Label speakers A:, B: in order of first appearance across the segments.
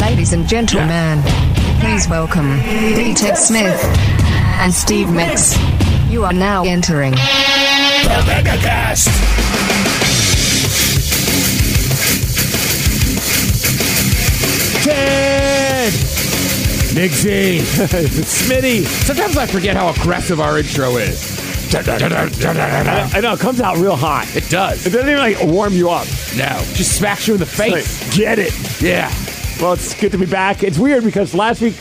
A: Ladies and gentlemen, please welcome D. Ted Smith and Steve Mix. You are now entering.
B: The Megacast!
C: Ted! Nixie! Smitty! Sometimes I forget how aggressive our intro is.
B: I know, it comes out real hot.
C: It does.
B: It doesn't even like warm you up.
C: No. Just smacks you in the face.
B: Like, get it.
C: Yeah.
B: Well, it's good to be back. It's weird because last week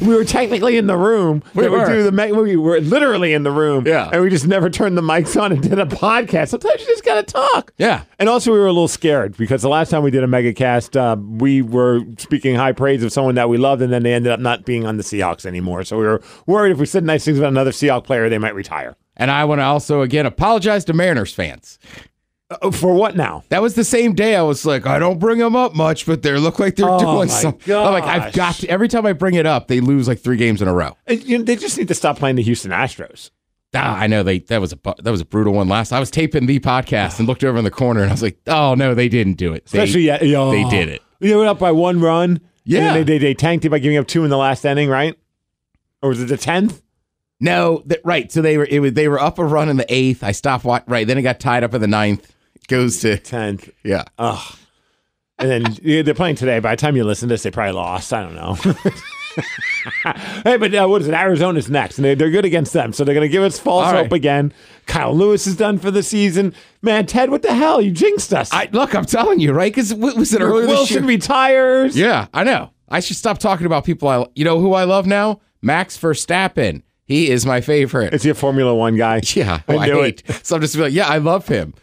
B: we were technically in the room.
C: We
B: that
C: were.
B: do the me- we were literally in the room.
C: Yeah.
B: And we just never turned the mics on and did a podcast. Sometimes you just gotta talk.
C: Yeah.
B: And also we were a little scared because the last time we did a megacast, uh, we were speaking high praise of someone that we loved, and then they ended up not being on the Seahawks anymore. So we were worried if we said nice things about another Seahawks player, they might retire.
C: And I want to also, again, apologize to Mariners fans.
B: Uh, for what now?
C: That was the same day I was like, I don't bring them up much, but they look like they're
B: Oh
C: doing
B: my
C: something. I'm like, I've
B: gosh.
C: got to, every time I bring it up, they lose like three games in a row.
B: Uh, you know, they just need to stop playing the Houston Astros.
C: Ah, I know they that was a bu- that was a brutal one last. I was taping the podcast and looked over in the corner and I was like, oh no, they didn't do it. They-
B: Especially, yeah, yeah.
C: they did it.
B: They went up by one run. and
C: Yeah.
B: then they, they, they tanked it by giving up two in the last inning, right? Or was it the 10th?
C: No, that, right. So they were it was, they were up a run in the eighth. I stopped. Watch, right then it got tied up in the ninth. Goes to
B: 10th.
C: yeah.
B: Ugh. And then yeah, they're playing today. By the time you listen to this, they probably lost. I don't know. hey, but uh, what is it? Arizona's next, and they, they're good against them. So they're going to give us false
C: All right.
B: hope again. Kyle Lewis is done for the season. Man, Ted, what the hell? You jinxed us.
C: I look. I'm telling you, right? Because was it earlier this
B: Wilson
C: year?
B: retires.
C: yeah, I know. I should stop talking about people. I you know who I love now? Max Verstappen. He is my favorite.
B: Is he a Formula One guy?
C: yeah, who
B: I,
C: I,
B: knew
C: hate.
B: it.
C: So I'm just like, yeah, I love him.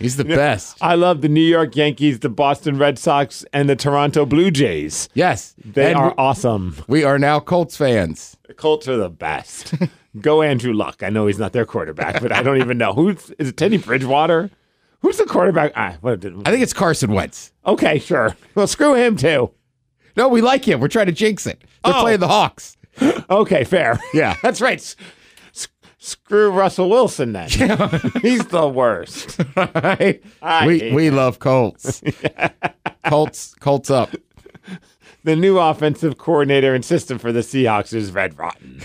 C: He's the best.
B: I love the New York Yankees, the Boston Red Sox, and the Toronto Blue Jays.
C: Yes,
B: They
C: And
B: are
C: we-
B: awesome.
C: We are now Colts fans.
B: The Colts are the best. Go Andrew Luck. I know he's not their quarterback, but I don't even know who's is it Teddy Bridgewater? Who's the quarterback? Ah, what did,
C: I think it's Carson Wentz.
B: okay, sure. Well, screw him too.
C: No, we like him. We're trying to jinx it. They're
B: Oh.
C: playing the Hawks.
B: Okay, fair.
C: Yeah.
B: that's right. S- s- screw Russell Wilson then. he's the worst.
C: right?
B: I
C: we
B: hate
C: we love Colts. Colts Colts up.
B: The new offensive coordinator and system for the Seahawks is red rotten.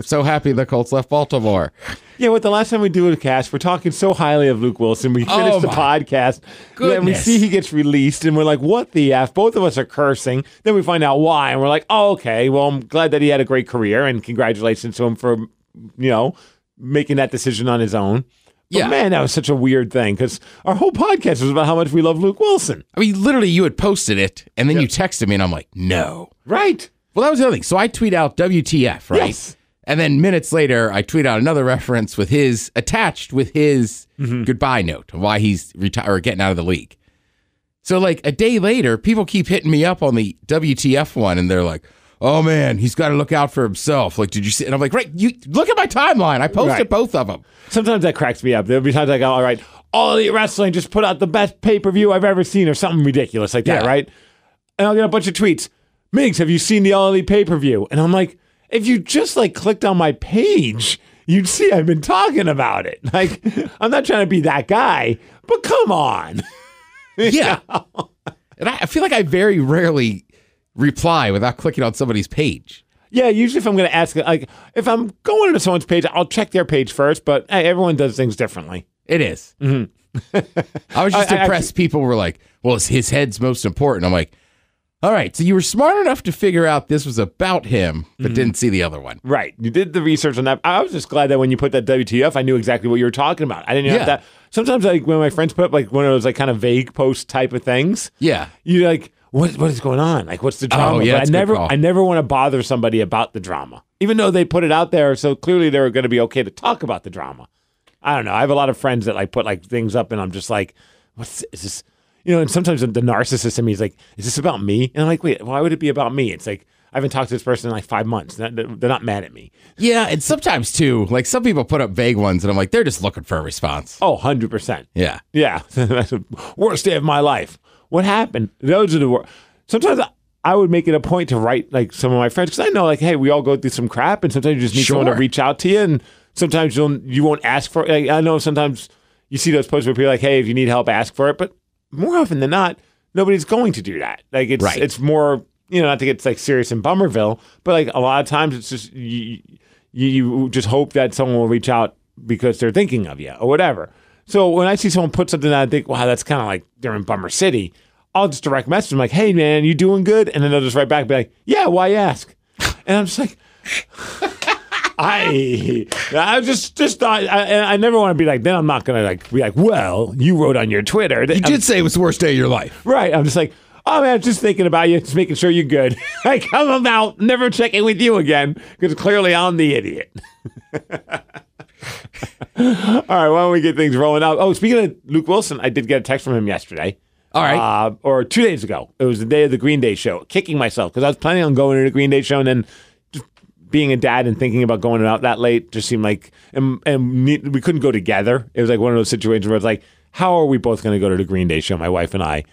C: So happy the Colts left Baltimore.
B: Yeah, what the last time we do a cast, we're talking so highly of Luke Wilson. We
C: Oh
B: finish the
C: my
B: podcast, and we
C: goodness.
B: see he gets released, and we're like, "What the f?" Both of us are cursing. Then we find out why, and we're like, "Oh, okay. Well, I'm glad that he had a great career, and congratulations to him for, you know, making that decision on his own." But
C: Yeah.
B: man, that was such a weird thing because our whole podcast was about how much we love Luke Wilson,
C: I mean, literally, you had posted it, and then you texted me, and I'm like, no.
B: right?
C: Well, that was the other thing. So I tweet out WTF, right?
B: Yes.
C: And then minutes later, I tweet out another reference with his attached with his
B: Mm-hmm.
C: goodbye note of why he's reti- or getting out of the league. So like a day later, people keep hitting me up on the WTF one, and they're like, "Oh man, he's got to look out for himself." Like, did you see? And I'm like, "Right, you look at my timeline. I posted
B: Right.
C: both of them."
B: Sometimes that cracks me up. There'll be times I go, all right, all elite wrestling just put out the best pay per view I've ever seen or something ridiculous like that,
C: Yeah.
B: right? And I'll get a bunch of tweets. Migs, have you seen the all elite pay per view? And I'm like, if you just like clicked on my page, you'd see I've been talking about it. Like, I'm not trying to be that guy, but come on.
C: Yeah. and I, I feel like I very rarely reply without clicking on somebody's page.
B: Yeah, usually if I'm going to ask, like, if I'm going to someone's page, I'll check their page first, but hey, everyone does things differently.
C: It is.
D: Mm-hmm.
C: I was just
B: I- I
C: impressed. People were like, "Well, it's his head's most important." I'm like, "All right, so you were smart enough to figure out this was about him, but
D: Mm-hmm.
C: didn't see the other one."
B: Right. You did the research on that. I was just glad that when you put that WTF, I knew exactly what you were talking about. I didn't
C: Yeah.
B: have that. Sometimes, like when my friends put up like one of those like kind of vague post type of things,
C: Yeah.
B: you like what what is going on? Like what's the drama?
C: Oh, yeah,
B: But
C: that's a good
B: I never
C: call.
B: I never want to bother somebody about the drama, even though they put it out there. So clearly they were going to be okay to talk about the drama. I don't know. I have a lot of friends that like put like things up, and I'm just like, what's is this? You know, and sometimes the narcissist in me is like, is this about me? And I'm like, wait, why would it be about me? It's like I haven't talked to this person in like five months. They're not they're not mad at me.
C: Yeah, and sometimes too, like some people put up vague ones, and I'm like, they're just looking for a response.
B: Oh, 100%.
C: Yeah.
B: Yeah. That's the worst day of my life. What happened? Those are the worst. Sometimes I- I would make it a point to write like some of my friends because I know like, hey, we all go through some crap, and sometimes you just need someone
C: Sure.
B: to reach out to you, and sometimes you'll you won't ask for. Like, I know sometimes you see those posts where people are like, hey, if you need help, ask for it, but more often than not, nobody's going to do that. Like it's
C: Right.
B: it's more you know not to get like serious in Bummerville, but like a lot of times it's just you you, you just hope that someone will reach out because they're thinking of you or whatever. So when I see someone put something out, I think, wow, that's kind of like they're in Bummer City. I'll just direct message them like, hey man, you doing good? And then they'll just write back, and be like, yeah, why ask? And I'm just like. I I just just thought I, and I never want to be like then I'm not gonna like be like well you wrote on your Twitter
D: You did say it was the worst day of your life.
B: Right. I'm just like, oh man, just thinking about you, just making sure you're good. like I'm out, never checking with you again because clearly I'm the idiot. All right, why don't we get things rolling out? Oh, speaking of Luke Wilson, I did get a text from him yesterday.
C: All right.
B: Uh, or two days ago. It was the day of the Green Day show. Kicking myself because I was planning on going to the Green Day show and then just being a dad and thinking about going out that late just seemed like, and, and ne- we couldn't go together. It was like one of those situations where it's like, how are we both going to go to the Green Day show, my wife and I,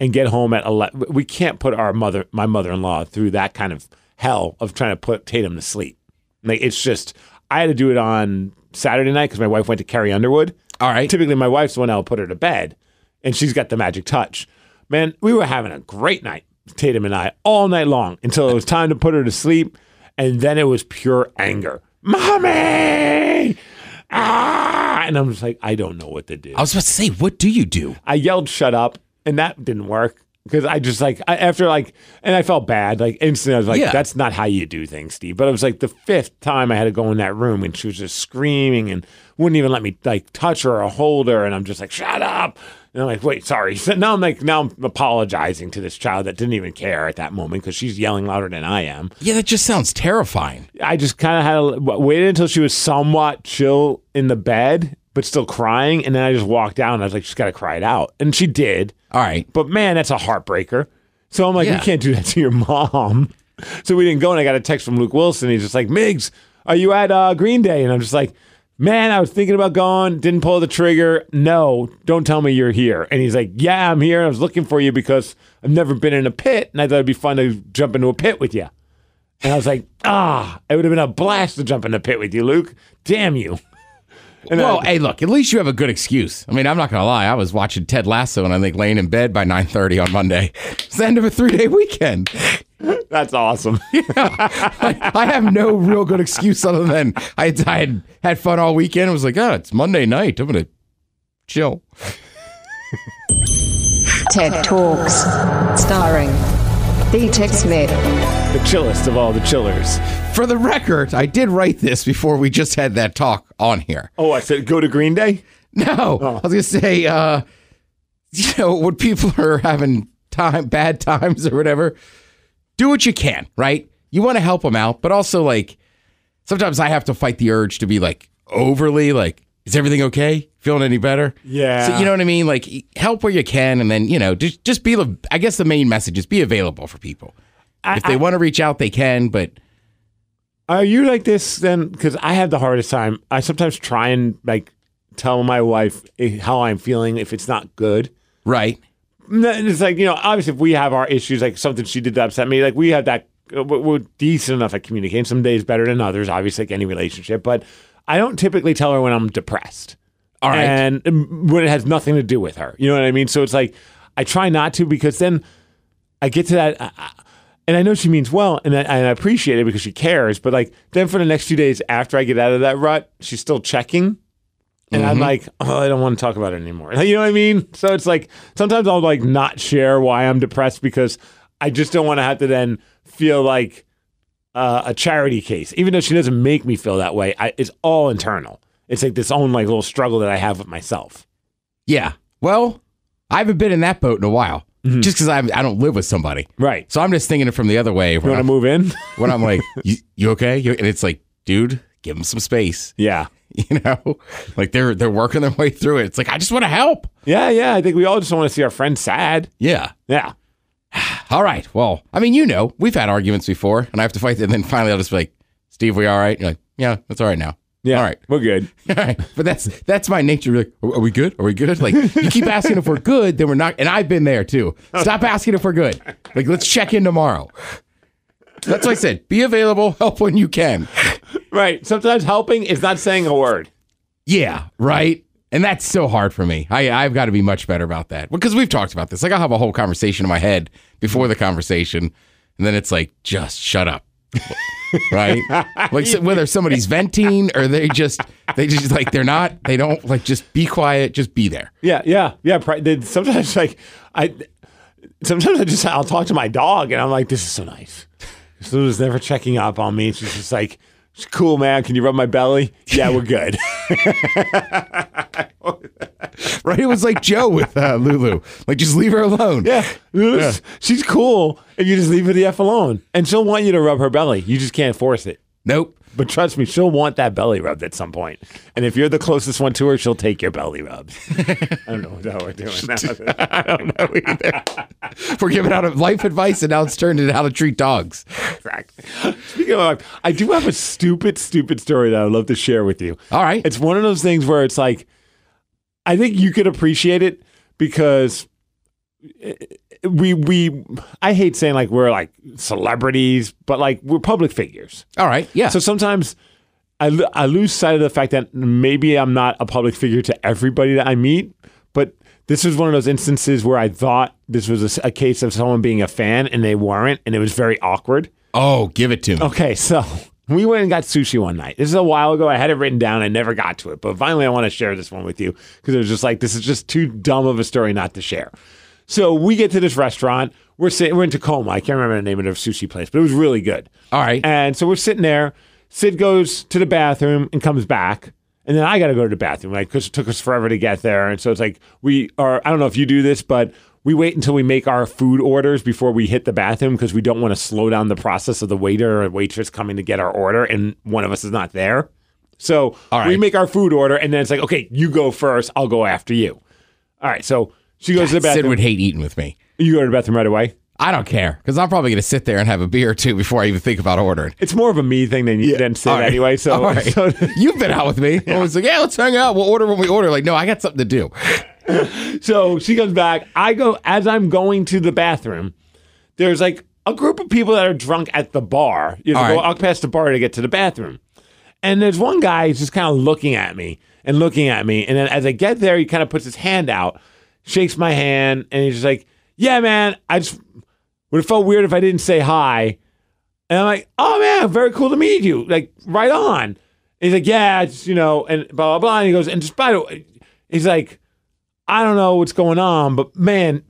B: and get home at 11? We can't put our mother, my mother in law, through that kind of hell of trying to put Tatum to sleep. Like, it's just, I had to do it on Saturday night because my wife went to Carrie Underwood.
C: All right.
B: Typically, my wife's the one that'll put her to bed, and she's got the magic touch. Man, we were having a great night, Tatum and I, all night long until it was time to put her to sleep, and then it was pure anger. Mommy! Ah! And I'm just like, I don't know what to do.
C: I was about to say, what do you do?
B: I yelled "shut up," and that didn't work because I just like I, after like, and I felt bad. Like instantly, I was like,
C: Yeah.
B: "That's not how you do things, Steve." But it was like the fifth time I had to go in that room, and she was just screaming and wouldn't even let me like touch her or hold her, and I'm just like, "Shut up!" And I'm like, "Wait, sorry." So now I'm like, now I'm apologizing to this child that didn't even care at that moment because she's yelling louder than I am.
C: Yeah, that just sounds terrifying.
B: I just kind of had to w- waited until she was somewhat chill in the bed. But still crying, and then I just walked down. And I was like, "She's got to cry it out," and she did.
C: All right.
B: But man, that's a heartbreaker. So I'm like,
C: Yeah.
B: you can't do that to your mom. So we didn't go, and I got a text from Luke Wilson. He's just like, Miggs, are you at uh, Green Day? And I'm just like, man, I was thinking about going, didn't pull the trigger. No, don't tell me you're here. And he's like, yeah, I'm here. and I was looking for you because I've never been in a pit, and I thought it'd be fun to jump into a pit with you. And I was like, ah, it would have been a blast to jump in a pit with you, Luke. Damn you. And
C: well,
B: I-
C: hey, look, at least you have a good excuse. I mean, I'm not going to lie. I was watching Ted Lasso and I think laying in bed by 9.30 on Monday. It's the end of a three-day weekend.
B: that's awesome.
C: I, I have no real good excuse other than I, I had, had fun all weekend. I was like, oh, it's Monday night. I'm going to chill.
A: Tech Talks. Starring B Tech Smith.
B: the chillest of all the chillers.
C: For the record, I did write this before we just had that talk on here.
B: Oh, I said, go to Green Day?
C: No, I was gonna say, uh, you know, when people are having time, bad times or whatever, do what you can, right? You want to help them out, but also like sometimes I have to fight the urge to be like overly like, is everything okay? Feeling any better?
B: Yeah.
C: So you know what I mean? Like help where you can, and then you know, just just be. the- I guess the main message is be available for people. if they want to reach out, they can, but
B: Are you like this then? Because I have the hardest time. I sometimes try and like tell my wife eh, how I'm feeling if it's not good.
C: right.
B: And then It's like you know, obviously, if we have our issues, like something she did that upset me, like we have that. uh, We're we're decent enough at communicating. Some days better than others, obviously, like any relationship. But I don't typically tell her when I'm depressed.
C: All right.
B: and mm, when it has nothing to do with her. You know what I mean? So it's like I try not to because then I get to that, I- I- and I know she means well, and I, and I appreciate it because she cares. But like then for the next few days after I get out of that rut, she's still checking. And
C: Mm-hmm.
B: I'm like, oh, I don't want to talk about it anymore. You know what I mean? So it's like sometimes I'll like not share why I'm depressed because I just don't want to have to then feel like uh, a charity case. Even though she doesn't make me feel that way, I, it's all internal. It's like this own like little struggle that I have with myself.
C: Yeah. Well, I haven't been in that boat in a while, just because I I don't live with somebody.
B: Right.
C: So I'm just thinking it from the other way
B: You
C: when,
B: want to
C: I'm,
B: move in?
C: when I'm like, you, you okay? You, and it's like, dude, give them some space.
B: yeah.
C: You know, like they're they're working their way through it. It's like I just want to help.
B: Yeah, yeah. I think we all just want to see our friends sad.
C: Yeah.
B: Yeah.
C: All right. Well, I mean, you know, we've had arguments before, and I have to fight. And then finally, I'll just be like, Steve, we all right? You're like, yeah, that's all right now.
B: Yeah.
C: All right.
B: We're good.
C: All right. But that's that's my nature. Like, are are we good? Are we good? Like, you keep asking if we're good, then we're not. And I've been there too. Stop asking if we're good. Like, let's check in tomorrow. That's what I said. Be available. Help when you can.
B: Right. Sometimes helping is not saying a word.
C: Yeah. Right. And that's so hard for me. I, I've got to be much better about that because we've talked about this. Like, I'll have a whole conversation in my head before the conversation, and then it's like, just shut up. right? Like, so, whether somebody's venting or they just, they just like, they're not, they don't, like, just be quiet, just be there.
B: Yeah, yeah, yeah. pri- they- Sometimes like I, sometimes I just I'll talk to my dog and I'm like, this is so nice. Lulu's never checking up on me. She's just like, it's cool, man. Can you rub my belly? Yeah, we're good.
C: Right? It was like Joe with uh, Lulu. Like, just leave her alone.
B: yeah, Lulu's- she's cool, and you just leave her the f alone, and she'll want you to rub her belly. You just can't force it.
C: Nope.
B: But trust me, she'll want that belly rubbed at some point. And if you're the closest one to her, she'll take your belly rubs. I don't know what the hell we're doing now.
C: We're giving out life advice, and now it's turned into how to treat dogs.
B: Exactly. Speaking of my wife, I do have a stupid, stupid story that I'd love to share with you.
C: All right.
B: It's one of those things where it's like, I think you could appreciate it because we we I hate saying like we're like celebrities, but like we're public figures.
C: All right. Yeah.
B: So sometimes I, lo- I lose sight of the fact that maybe I'm not a public figure to everybody that I meet, but this was one of those instances where I thought this was a s a a case of someone being a fan and they weren't, and it was very awkward.
C: oh, give it to me.
B: Okay, so we went and got sushi one night. This is a while ago. I had it written down. I never got to it, but finally, I want to share this one with you because it was just like this is just too dumb of a story not to share. So we get to this restaurant. We're sitting. We're in Tacoma. I can't remember the name of the sushi place, but it was really good.
C: All right.
B: And so we're sitting there. Sid goes to the bathroom and comes back. And then I got to go to the bathroom, like, because it took us forever to get there. And so it's like, we are, I don't know if you do this, but we wait until we make our food orders before we hit the bathroom because we don't want to slow down the process of the waiter or waitress coming to get our order and one of us is not there. So
C: All
B: we
C: right.
B: make our food order and then it's like, okay, you go first. I'll go after you. All right. So she goes to the
C: Sid
B: bathroom.
C: would hate eating with me.
B: you go to the bathroom right away.
C: I don't care because I'm probably going to sit there and have a beer or two before I even think about ordering.
B: It's more of a me thing than, than Sid
C: All right.
B: anyway. So,
C: All right.
B: so
C: you've been out with me. I was like, yeah, let's hang out. We'll order when we order. Like, no, I got something to do.
B: So she comes back. I go as I'm going to the bathroom. There's like a group of people that are drunk at the bar. You have to
C: All
B: go
C: right.
B: walk past the bar to get to the bathroom. And there's one guy who's just kind of looking at me and looking at me. And then as I get there, he kind of puts his hand out, shakes my hand, and he's just like, "Yeah, man, I just would have felt weird if I didn't say hi." And I'm like, oh man, very cool to meet you. Like, right on. And he's like, yeah, it's, you know, and blah, blah, blah. And he goes, and just by the way, he's like, I don't know what's going on, but man,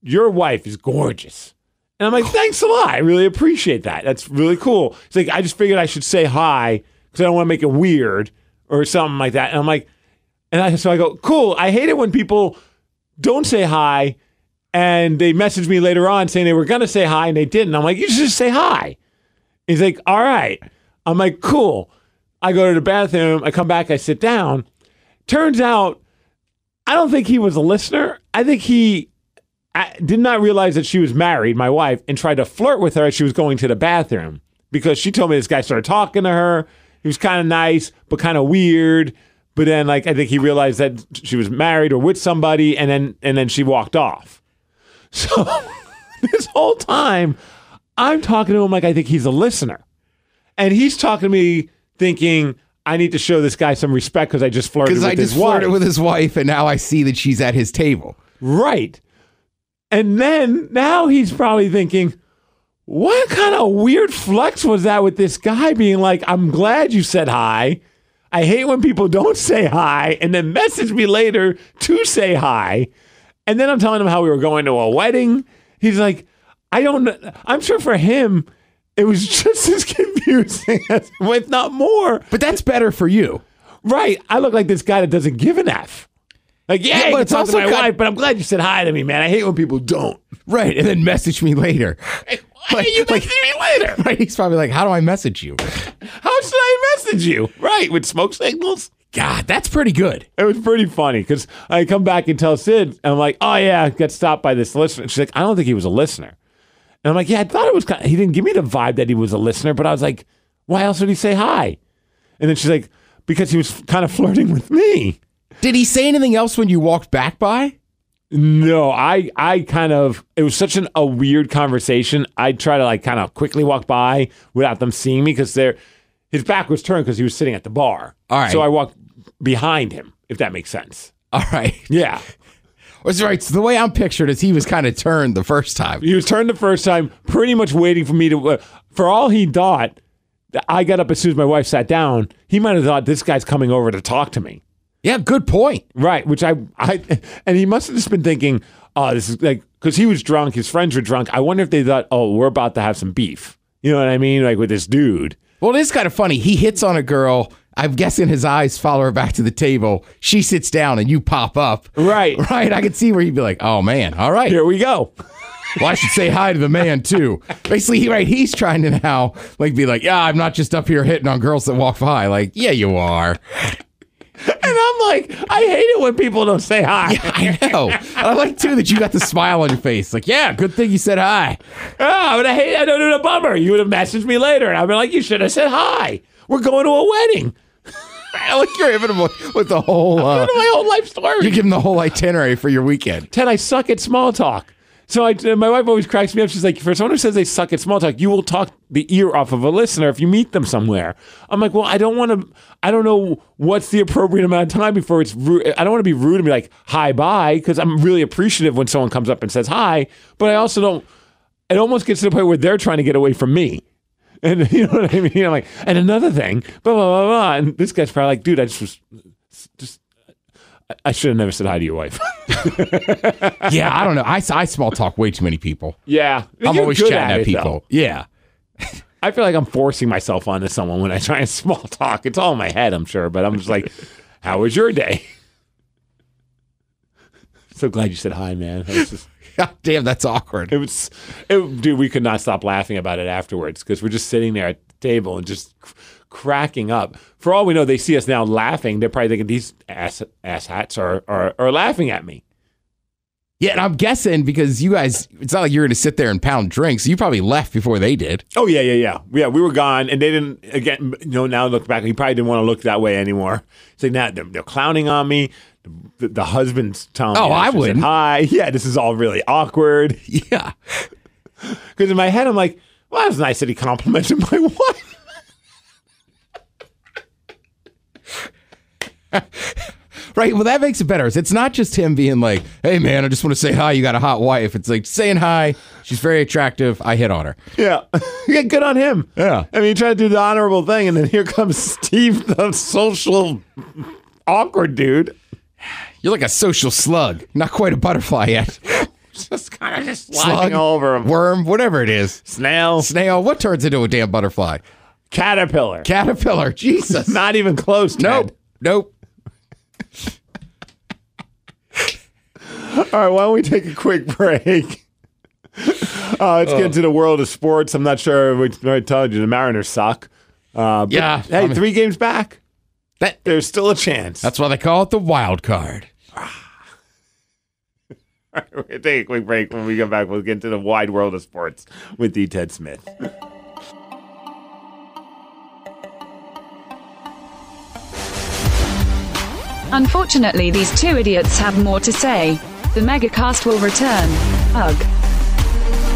B: your wife is gorgeous. And I'm like, thanks a lot. I really appreciate that. That's really cool. He's like, I just figured I should say hi because I don't want to make it weird or something like that. And I'm like, and I, so I go, cool. I hate it when people don't say hi and they message me later on saying they were going to say hi and they didn't. I'm like, you should just say hi. He's like, all right. I'm like, cool. I go to the bathroom. I come back. I sit down. Turns out, I don't think he was a listener. I think he I did not realize that she was married, my wife, and tried to flirt with her as she was going to the bathroom because she told me this guy started talking to her. He was kind of nice, but kind of weird. But then, like, I think he realized that she was married or with somebody, and then and then she walked off. So this whole time, I'm talking to him like I think he's a listener, and he's talking to me thinking I need to show this guy some respect because I just flirted
C: Because
B: with
C: I
B: his
C: just
B: wife.
C: flirted with his wife, and now I see that she's at his table.
B: Right. And then now he's probably thinking, what kind of weird flex was that with this guy being like, I'm glad you said hi. I hate when people don't say hi and then message me later to say hi. And then I'm telling him how we were going to a wedding. He's like, I don't know. I'm sure for him, it was just as confusing, as, if not more.
C: But that's better for you.
B: Right. I look like this guy that doesn't give an F. Like, yeah,
C: Yeah, but
B: you can
C: it's
B: talk
C: also
B: to my
C: kind-
B: wife, but I'm glad you said hi to me, man. I hate when people don't.
C: Right. And then message me later. Why
B: you messaging me later?
C: Right. He's probably like, how do I message you?
B: How should I message you? Right, with smoke signals?
C: God, that's pretty good.
B: It was pretty funny because I come back and tell Sid, and I'm like, oh, yeah, I got stopped by this listener. She's like, I don't think he was a listener. And I'm like, yeah, I thought it was kind he didn't give me the vibe that he was a listener, but I was like, why else would he say hi? And then she's like, because he was kind of flirting with me.
C: Did he say anything else when you walked back by?
B: No, I I kind of it was such an, a weird conversation. I try to like kind of quickly walk by without them seeing me because they're his back was turned because he was sitting at the bar.
C: All right.
B: so I walked behind him. It if that makes sense.
C: All right.
B: Yeah.
C: That's right. So the way I'm pictured is he was kind of turned the first time.
B: He was turned the first time, pretty much waiting for me to. Uh, for all he thought, that I got up as soon as my wife sat down. He might have thought this guy's coming over to talk to me,
C: Yeah, good point.
B: right? Which I, I, and he must have just been thinking, "Oh, this is like," because he was drunk. His friends were drunk. I wonder if they thought, "Oh, we're about to have some beef." You know what I mean? Like with this dude.
C: Well, it is kind of funny. He hits on a girl. I'm guessing his eyes follow her back to the table. She sits down and you pop up.
B: Right.
C: Right. I could see where he'd be like, oh, man. All right.
B: Here we go.
C: Well, I should say hi to the man, too. Basically, he, right. He's trying to now like be like, yeah, I'm not just up here hitting on girls that walk by. Like, yeah, you are.
B: And I'm like, I hate it when people don't say hi.
C: I know. And I like, too, that you got the smile on your face. Like, yeah, good thing you said hi. Ah,
B: Oh, I would have hated I don't know the bummer. You would have messaged me later and I'd be like, you should have said hi. We're going to a wedding.
C: I like you're giving him with- with the whole, uh,
B: That's my whole life story.
C: you give him the whole itinerary for your weekend.
B: Ted, I suck at small talk. So I, uh, my wife always cracks me up. She's like, for someone who says they suck at small talk, you will talk the ear off of a listener if you meet them somewhere. I'm like, well, I don't want to. I don't know what's the appropriate amount of time before it's rude. I don't want to be rude and be like, hi, bye, because I'm really appreciative when someone comes up and says hi. But I also don't. It almost gets to the point where they're trying to get away from me. And you know what I mean? I'm like, and another thing, blah blah blah blah. And this guy's probably like, dude, I just was, just, I- I should have never said hi to your wife.
C: Yeah, I don't know. I, I small talk way too many people.
B: Yeah,
C: I'm
B: You're
C: always
B: good
C: chatting at,
B: it,
C: people.
B: though.
C: Yeah.
B: I feel like I'm forcing myself onto someone when I try and small talk. It's all in my head, I'm sure, but I'm just like, "How was your day?" so glad you said hi, man. It was, just-
C: God damn, that's awkward.
B: it was, it- dude. We could not stop laughing about it afterwards because we're just sitting there at the table and just cr- cracking up. For all we know, they see us now laughing. They're probably thinking these ass ass hats are, are are laughing at me.
C: Yeah, and I'm guessing because you guys, it's not like you're going to sit there and pound drinks. You probably left before they did.
B: Oh yeah, yeah, yeah, yeah. We were gone, and they didn't. Again, you know, now look back, he probably didn't want to look that way anymore. So now they're, they're clowning on me. The, the husband's telling
C: Oh,
B: me
C: I
B: should have said
C: wouldn't.
B: Hi, yeah, this is all really awkward.
C: Yeah.
B: Because in my head, I'm like, well, that's nice that he complimented my wife.
C: Right. Well, that makes it better. It's not just him being like, hey, man, I just want to say hi. You got a hot wife. It's like saying hi. She's very attractive. I hit on her.
B: Yeah, yeah, good on him.
C: Yeah.
B: I mean, he tried to do the honorable thing, and then here comes Steve, the social awkward dude.
C: You're like a social slug, not quite a butterfly yet.
B: Just kind of just
C: Slug,
B: sliding all over him.
C: worm, whatever it is.
B: Snail,
C: Snail, what turns into a damn butterfly?
B: caterpillar.
C: Caterpillar. Jesus.
B: Not even close. Ted.
C: nope. Nope.
B: All right, why don't we take a quick break? Uh, let's get into the world of sports. I'm not sure we I told you the Mariners suck. Uh, but,
C: Yeah,
B: Hey,
C: I mean-
B: three games back.
C: That-
B: There's still a chance.
C: That's why they call it the wild card.
B: We're going to take a quick break. When we come back, we'll get into the wide world of sports with D. Ted Smith.
E: Unfortunately, these two idiots have more to say. The megacast will return. Ugh.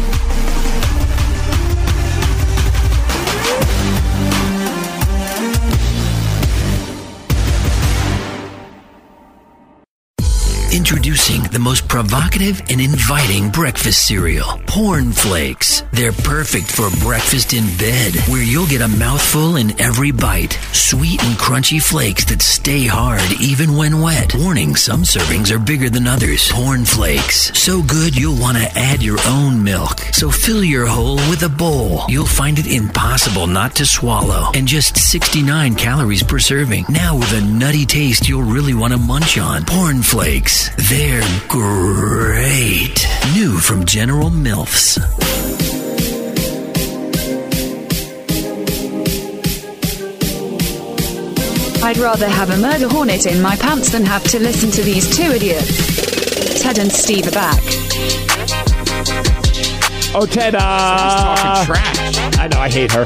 F: Introducing the most provocative and inviting breakfast cereal, Corn Flakes. They're perfect for breakfast in bed, where you'll get a mouthful in every bite. Sweet and crunchy flakes that stay hard even when wet. Warning, some servings are bigger than others. Corn Flakes. So good you'll want to add your own milk. So fill your hole with a bowl. You'll find it impossible not to swallow. And just 69 calories per serving. Now with a nutty taste you'll really want to munch on. Corn Flakes. They're great. New from General Milfs.
E: I'd rather have a murder hornet in my pants than have to listen to these two idiots. Ted and Steve are back.
B: Oh, Ted. Uh,
C: trash.
B: I know, I hate her.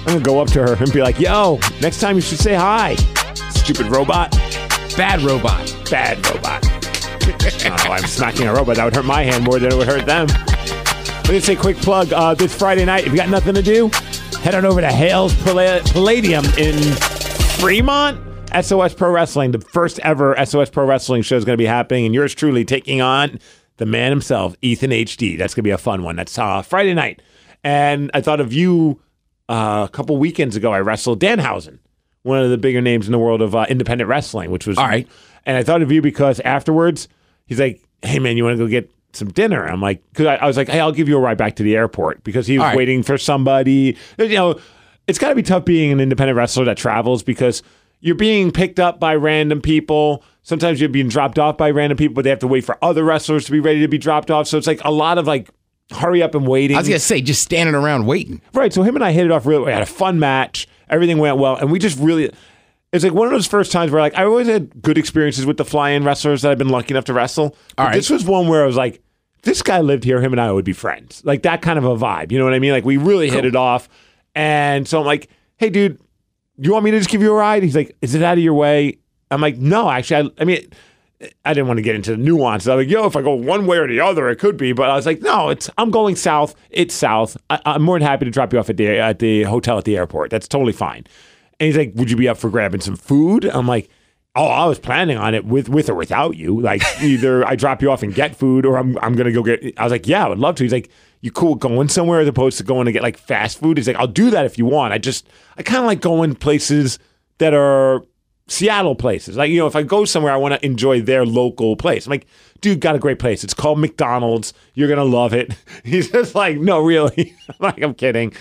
B: I'm going to go up to her and be like, yo, next time you should say hi. Stupid robot.
C: Bad robot.
B: bad robot. oh, I'm smacking a robot. That would hurt my hand more than it would hurt them. Let me say a quick plug. Uh, this Friday night, if you got nothing to do, head on over to Hales Palladium in Fremont. SOS Pro Wrestling, the first ever SOS Pro Wrestling show is going to be happening, and yours truly taking on the man himself, Ethan HD. That's going to be a fun one. That's uh, Friday night. And I thought of you uh, a couple weekends ago. I wrestled Danhausen, one of the bigger names in the world of uh, independent wrestling, which was
C: All right.
B: And I thought of you because afterwards, he's like, "Hey man, you want to go get some dinner?" I'm like, "Cause I, I was like, hey, I'll give you a ride back to the airport because he was
C: All right.
B: waiting for somebody." You know, it's got to be tough being an independent wrestler that travels because you're being picked up by random people. Sometimes you're being dropped off by random people, but they have to wait for other wrestlers to be ready to be dropped off. So it's like a lot of like hurry up and waiting.
C: I was gonna say just standing around waiting.
B: Right. So him and I hit it off really. We had a fun match. Everything went well, and we just really. It's like one of those first times where like I always had good experiences with the fly-in wrestlers that I've been lucky enough to wrestle. But
C: All right.
B: This was one where I was like, this guy lived here. Him and I would be friends. Like that kind of a vibe. You know what I mean? Like we really hit it off. And so I'm like, hey, dude, you want me to just give you a ride? He's like, is it out of your way? I'm like, no, actually, I, I mean. I didn't want to get into the nuances. I was like, yo, if I go one way or the other, it could be. But I was like, no, it's I'm going south. It's south. I, I'm more than happy to drop you off at the at the hotel at the airport. That's totally fine. And he's like, would you be up for grabbing some food? I'm like, oh, I was planning on it with with or without you. Like either I drop you off and get food, or I'm I'm gonna go get. I was like, yeah, I would love to. He's like, you cool going somewhere as opposed to going to get like fast food? He's like, I'll do that if you want. I just I kind of like going places that are Seattle places. Like, you know, if I go somewhere, I want to enjoy their local place. I'm like, dude, got a great place. It's called McDonald's. You're going to love it. He's just like, no, really. I'm like, I'm kidding.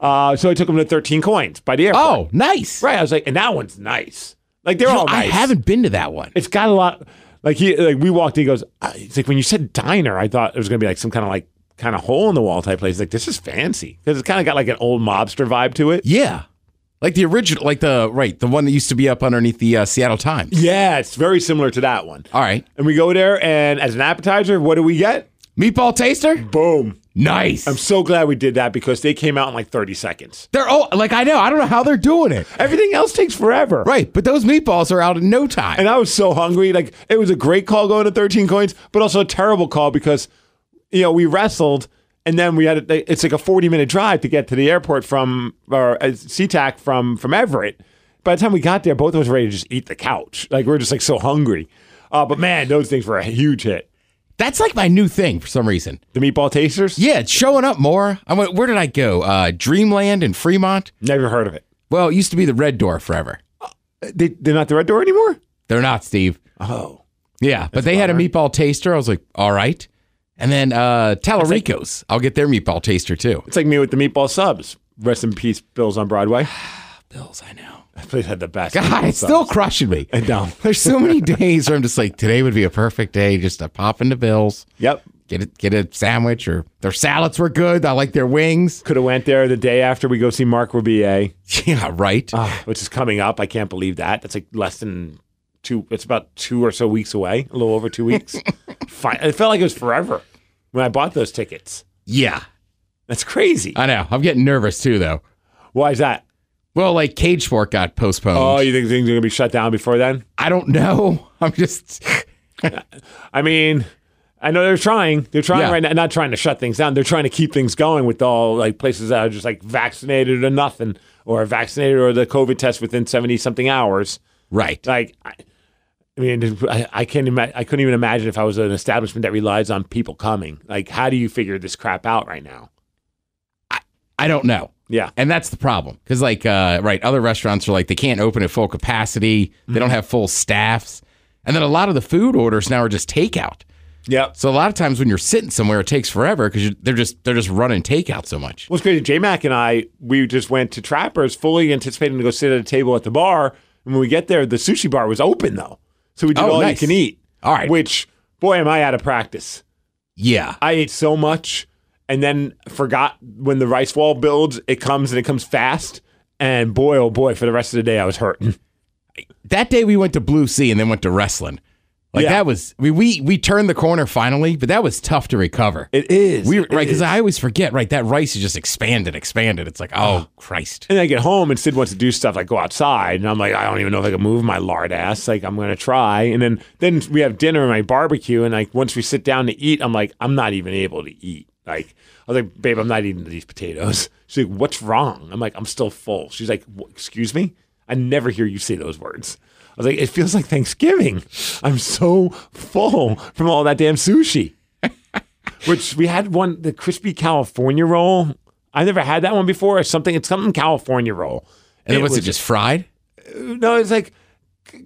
B: Uh, so I took him to 13 coins by the airport.
C: Oh, nice.
B: Right. I was like, and that one's nice. Like, they're
C: You know,
B: all
C: I
B: nice.
C: haven't been to that one.
B: It's got a lot. Like, he, like we walked in, he goes, "Ah," it's like, when you said diner, I thought it was going to be like some kind of like, kind of hole in the wall type place. Like, this is fancy because it's kind of got like an old mobster vibe to it.
C: Yeah, like the original, like the right, the one that used to be up underneath the uh, Seattle Times.
B: Yeah. It's very similar to that one.
C: All right,
B: And we go there, and as an appetizer, what do we get?
C: meatball taster.
B: Boom.
C: Nice.
B: I'm so glad we did that because they came out in like 30 seconds.
C: they're all like I know. I don't know how they're doing it.
B: Everything else takes forever.
C: Right, but those meatballs are out in no time.
B: And I was so hungry. Like, it was a great call going to 13 coins, but also a terrible call because, you know, we wrestled and then we had, a, it's like a 40 minute drive to get to the airport from, or uh, SeaTac from, from Everett. By the time we got there, both of us were ready to just eat the couch. Like, we are just like so hungry. Uh, but man, those things were a huge hit.
C: That's like my new thing for some reason.
B: The meatball tasters?
C: Yeah, it's showing up more. I went. Where did I go? Uh, Dreamland in Fremont.
B: Never heard of it.
C: Well, it used to be the Red Door forever.
B: They, they're not the red door anymore?
C: They're not, Steve.
B: Oh.
C: Yeah, but they had a meatball taster. I was like, all right. And then uh Tallaricos, I'll get their meatball taster too.
B: It's like me with the meatball subs. Rest in peace, Bills on Broadway.
C: Bills, I know.
B: That place had the best. um,
C: God,
B: meatball
C: it's still
B: subs.
C: crushing me.
B: I know.
C: There's so many days where I'm just like, today would be a perfect day just to pop into Bills,
B: Yep.
C: get a, get a sandwich or their salads were good. I like their wings.
B: Could have went there the day after we go see Mark Rabier,
C: Yeah, right.
B: which is coming up. I can't believe that. That's like less than two. It's about two or so weeks away. A little over two weeks. Fine. It felt like it was forever when I bought those tickets.
C: yeah,
B: That's crazy.
C: I know. I'm getting nervous too, though.
B: Why is that?
C: Well, like Cage Sport got postponed.
B: Oh, you think things are gonna be shut down before then?
C: I don't know. I'm just
B: I mean, I know they're trying. They're trying
C: Yeah.
B: right now, not trying to shut things down. They're trying to keep things going with all like places that are just like vaccinated or nothing, or vaccinated or the COVID test within seventy something hours.
C: right.
B: Like, I, I mean, I, I can't. Ima- I couldn't even imagine if I was an establishment that relies on people coming. Like, how do you figure this crap out right now?
C: I don't know.
B: Yeah.
C: And that's the problem. Because, like, uh, right, other restaurants are like, they can't open at full capacity. They
B: Mm-hmm.
C: don't have full staffs. And then a lot of the food orders now are just takeout.
B: Yep.
C: So a lot of times when you're sitting somewhere, it takes forever because they're just they're just running takeout so much.
B: What's crazy, J Mac and I, we just went to Trappers fully anticipating to go sit at a table at the bar. And when we get there, the sushi bar was open though. So we did
C: Oh,
B: all
C: nice.
B: you can eat.
C: All right.
B: Which, boy, am I out of practice.
C: Yeah,
B: I ate so much and then forgot when the rice wall builds, it comes and it comes fast. And boy, oh boy, for the rest of the day, I was hurting.
C: that day we went to Blue Sea and then went to wrestling. Like
B: Yeah.
C: that was we we we turned the corner finally, but that was tough to recover.
B: It is.
C: we
B: It
C: right because
B: is.
C: I always forget right that rice is just expanded, expanded. It's like oh Christ,
B: And I get home and Sid wants to do stuff like go outside. And I'm like, I don't even know if I can move my lard ass. Like, I'm going to try. And then, then we have dinner and my barbecue. And like, once we sit down to eat, I'm like, I'm not even able to eat. Like, I was like, babe, I'm not eating these potatoes. She's like, what's wrong? I'm like, I'm still full. She's like, "Wh- excuse me? I never hear you say those words. I was like, it feels like Thanksgiving. I'm so full from all that damn sushi. Which we had one, the crispy California roll. I never had that one before. It's something, it's something California roll.
C: And then was it
B: was-
C: just fried?
B: no, it's like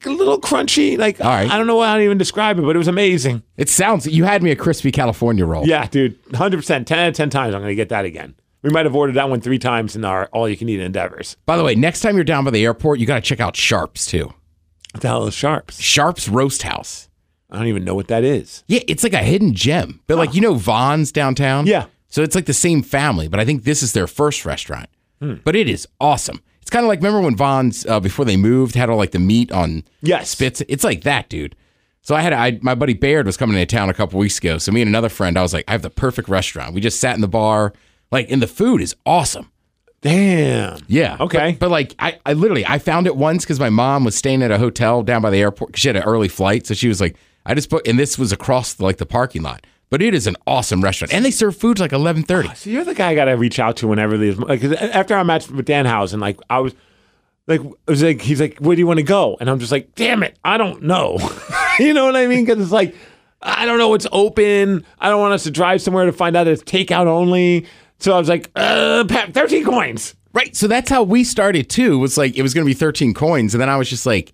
B: a little crunchy. Like
C: All right.
B: I don't know how to even describe it, but it was amazing.
C: It sounds you had me a crispy California roll.
B: Yeah, dude, hundred percent, ten out of ten times. I'm gonna get that again. We might have ordered that one three times in our all-you-can-eat endeavors.
C: By the way, next time you're down by the airport, you got to check out Sharps too.
B: What the hell is sharps?
C: Sharps Roast House.
B: I don't even know what that is.
C: Yeah, it's like a hidden gem. But like you know Vaughn's downtown?
B: Yeah.
C: So it's like the same family, but I think this is their first restaurant.
B: Hmm.
C: But it is awesome. It's kind of like remember when Vaughn's uh, before they moved had all like the meat on
B: Yes,
C: spits. It's like that, dude. So I had I, my buddy Baird was coming into town a couple weeks ago. So me and another friend, I was like, I have the perfect restaurant. We just sat in the bar, like, and the food is awesome.
B: Damn.
C: Yeah.
B: Okay.
C: But, but, like, I, I literally, I found it once because my mom was staying at a hotel down by the airport. 'cause She had an early flight, so she was like, "I just booked," and this was across the, like the parking lot. But it is an awesome restaurant, and they serve food till, like eleven thirty.
B: So you're the guy I gotta reach out to whenever these. Like 'cause after our match with Danhausen, like I was, like I was like he's like, where do you want to go? And I'm just like, damn it, I don't know. you know what I mean? Because it's like, I don't know what's open. I don't want us to drive somewhere to find out it's takeout only. So I was like, uh, Pat, thirteen coins.
C: Right. So that's how we started too. Was like it was going to be thirteen coins, and then I was just like,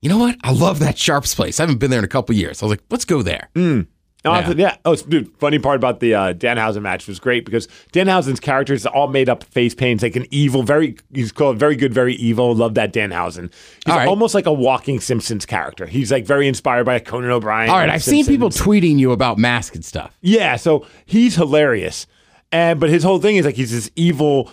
C: you know what? I love that Sharps place. I haven't been there in a couple years. I was like, let's go there.
B: No,
C: Yeah.
B: yeah. yeah. Oh, s- dude. Funny part about the uh, Danhausen match was great because Danhausen's characters are all made up face paints, like an evil, very. He's called very good, very evil. Love that Danhausen. He's
C: All right.
B: almost like a walking Simpsons character. He's like very inspired by Conan O'Brien.
C: All right.
B: and
C: I've seen people
B: Simpsons.
C: tweeting you about mask and stuff.
B: Yeah, so he's hilarious, and but his whole thing is like he's this evil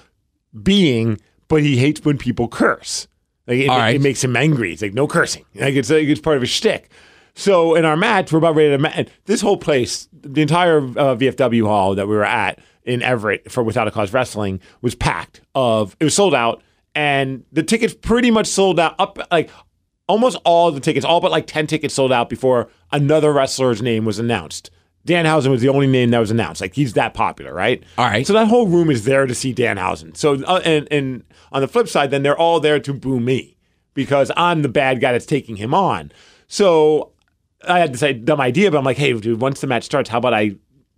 B: being, but he hates when people curse. Like it,
C: All right.
B: it makes him angry. It's like no cursing. Like it's like it's part of his shtick. So in our match, we're about ready to match. This whole place, the entire uh, VFW hall that we were at in Everett for Without a Cause Wrestling was packed. Of it was sold out, and the tickets pretty much sold out. Up like almost all the tickets, all but like 10 tickets sold out before another wrestler's name was announced. Danhausen was the only name that was announced. Like he's that popular, right?
C: All right.
B: So that whole room is there to see Danhausen. So uh, and and on the flip side, then they're all there to boo me because I'm the bad guy that's taking him on. So I had this like, dumb idea, but I'm like, hey, dude, once the match starts, how about I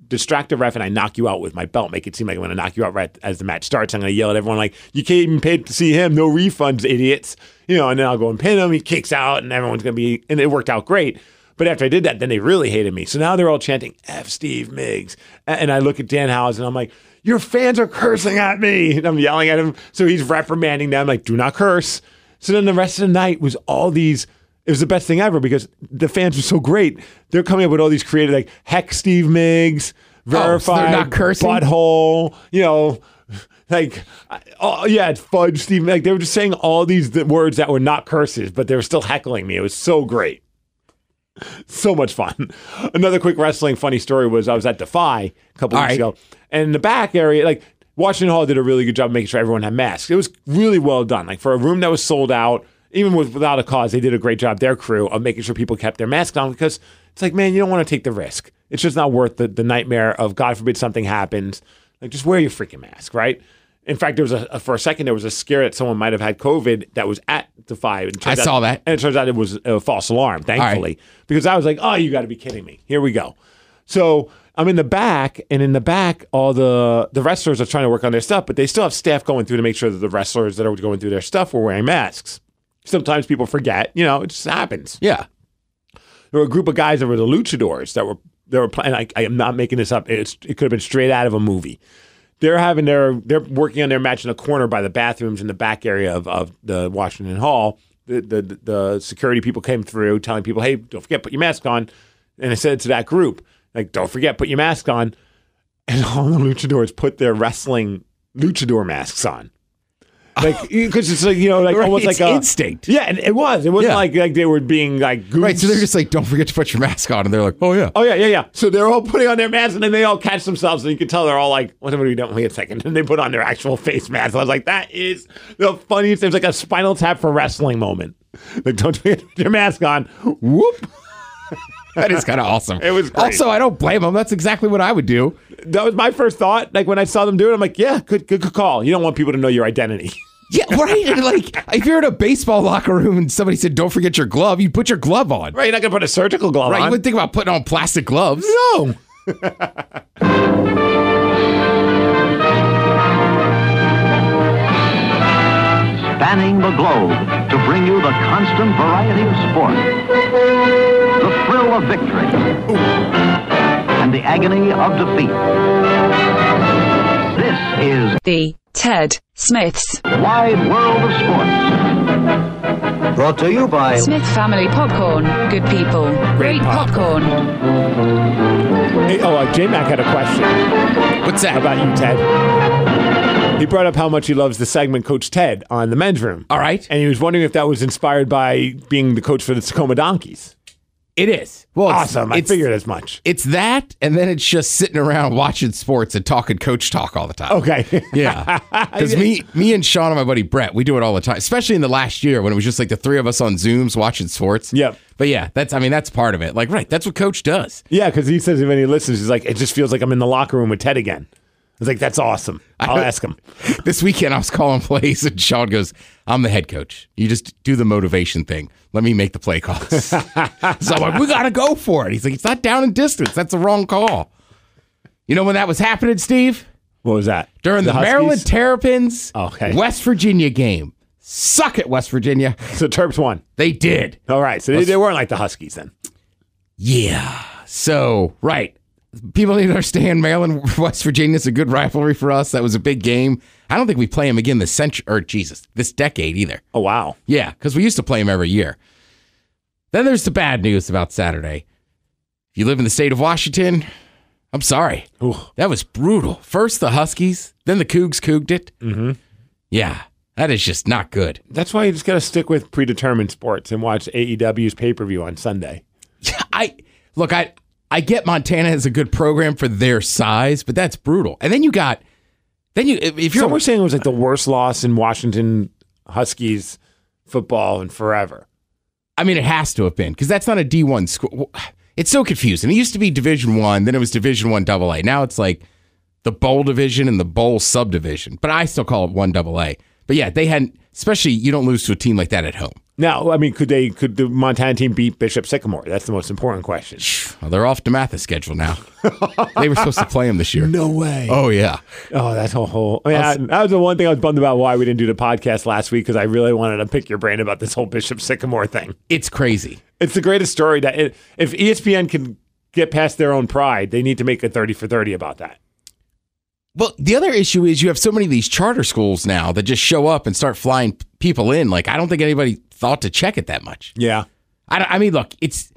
B: distract the ref and I knock you out with my belt, make it seem like I'm going to knock you out right as the match starts. I'm going to yell at everyone like, "You can't even pay to see him. No refunds, idiots!" You know, and then I'll go and pin him. He kicks out, and everyone's going to be. And it worked out great. But after I did that, then they really hated me. So now they're all chanting "F Steve Miggs," A- and I look at Dan Howes and I'm like, "Your fans are cursing at me!" And I'm yelling at him. So he's reprimanding them like, "Do not curse." So then the rest of the night was all these. It was the best thing ever because the fans were so great. They're coming up with all these creative, like heck, Steve Miggs, verified,
C: Oh, not cursing?
B: butthole, you know, like, I- oh yeah, it's fudge, Steve. Like they were just saying all these th- words that were not curses, but they were still heckling me. It was so great, so much fun. Another quick wrestling funny story was I was at Defy a couple
C: All
B: weeks
C: right.
B: ago, and in the back area, like Washington Hall did a really good job of making sure everyone had masks. It was really well done. Like for a room that was sold out, even with, without a cause, they did a great job. Their crew of making sure people kept their masks on because it's like, man, you don't want to take the risk. It's just not worth the, the nightmare of God forbid something happens. Like just wear your freaking mask, right? In fact, there was a, a- for a second there was a scare that someone might have had COVID that was at Defy. and it turns
C: I
B: out-
C: saw that.
B: and it turns out it was a false alarm, thankfully, because I was like, oh, you got to be kidding me. Here we go. So I'm in the back, and in the back, all the the wrestlers are trying to work on their stuff, but they still have staff going through to make sure that the wrestlers that are going through their stuff were wearing masks. Sometimes people forget, you know, it just happens
C: Yeah.
B: there were a group of guys that were the luchadors that were they were playing. I, I am not making this up. It's, it could have been straight out of a movie. They're having their they're working on their match in the corner by the bathrooms in the back area of, of the Washington Hall. The, the the- the security people came through telling people, hey, don't forget put your mask on. And I said to that group, like, don't forget put your mask on. And all the luchadors put their wrestling luchador masks on. Like, because it's like, you know, like
C: Right,
B: almost
C: it's
B: like a
C: instinct.
B: Yeah, and it was. It wasn't
C: Yeah.
B: like like they were being like goofs.
C: Right. So they're just like, don't forget to put your mask on, and they're like, oh yeah.
B: Oh yeah, yeah, yeah. So they're all putting on their masks, and then they all catch themselves, and you can tell they're all like, "What are we doing? Wait a second. And they put on their actual face mask. I was like, "That is the funniest." There's like a Spinal Tap for wrestling moment. Like, don't forget to put your mask on. Whoop.
C: That is kind of awesome.
B: It was great.
C: Also, I don't blame them. That's exactly what I would do.
B: That was my first thought. Like when I saw them do it, I'm like, "Yeah, good, good, good call. You don't want people to know your identity."
C: Yeah, right. And like, if you're in a baseball locker room and somebody said, "Don't forget your glove," you put your glove on.
B: Right, you're not gonna put a surgical glove
C: Right?
B: on.
C: You wouldn't think about putting on plastic gloves.
B: no.
G: spanning the globe to bring you the constant variety of sport, the thrill of victory, and the agony of defeat. This is
E: The Ted Smiths
G: Wide World of Sports. Brought to you by
E: Smith Family Popcorn. Good people, great, popcorn.
B: Hey, oh, uh, J Mac had a question
C: What's that?
B: about you, Ted. He brought up how much he loves the segment Coach Ted on the men's room.
C: All right.
B: And he was wondering if that was inspired by being the coach for the Tacoma Donkeys.
C: It is. Well, it's-
B: awesome. I
C: it's-
B: figured as much.
C: It's that, and then it's just sitting around watching sports and talking coach talk all the time.
B: Okay.
C: Yeah. Because me, me and Sean and my buddy Brett, we do it all the time, especially in the last year when it was just like the three of us on Zooms watching sports.
B: Yep.
C: But yeah, that's, I mean, that's part of it. Like, right, that's what coach does.
B: yeah, because he says when he listens, he's like, it just feels like I'm in the locker room with Ted again. It's like, that's awesome. I'll
C: don't-
B: ask him.
C: This weekend I was calling plays and Sean goes, I'm the head coach. You just do the motivation thing. Let me make the play calls. so I'm like, we got to go for it. He's like, it's not down and distance. That's the wrong call. You know when that was happening, Steve?
B: What was that?
C: during the,
B: Huskies?
C: Maryland Terrapins
B: Okay.
C: West Virginia game. Suck it, West Virginia.
B: So Terps won.
C: They did.
B: All right. So they, they weren't like the Huskies then.
C: Yeah. So, right. People need to understand Maryland, West Virginia is a good rivalry for us. That was a big game. I don't think we play them again this century, or Jesus, this decade either.
B: Oh, wow.
C: Yeah, because we used to play them every year. Then there's the bad news about Saturday. If you live in the state of Washington, I'm sorry.
B: Ooh.
C: That was brutal. First the Huskies, then the Cougs couged it. Mm-hmm. Yeah, that is just not good.
B: That's why you just got to stick with predetermined sports and watch AEW's pay per view on Sunday.
C: Yeah, I look. I I get Montana has a good program for their size, but that's brutal. And then you got, then you if if you're
B: Some were saying it was like the worst loss in Washington Huskies football in forever.
C: I mean, it has to have been because that's not a D one school. It's so confusing. It used to be Division One, then it was Division One Double A. Now it's like the Bowl Division and the Bowl Subdivision. But I still call it One Double A. But yeah, they hadn't. Especially, you don't lose to a team like that at home.
B: Now, I mean, could they could the Montana team beat Bishop Sycamore? That's the most important question.
C: Well, they're off to Mathis schedule now. they were supposed to play them this year.
B: No way.
C: Oh yeah,
B: Oh, that's a whole. I mean, I- that was the one thing I was bummed about why we didn't do the podcast last week because I really wanted to pick your brain about this whole Bishop Sycamore thing.
C: it's crazy.
B: It's the greatest story that it, if E ESPN can get past their own pride, they need to make a thirty for thirty about that.
C: Well, the other issue is you have so many of these charter schools now that just show up and start flying p- people in. Like I don't think anybody thought to check it that much.
B: Yeah.
C: I, don't- I mean, look, it's.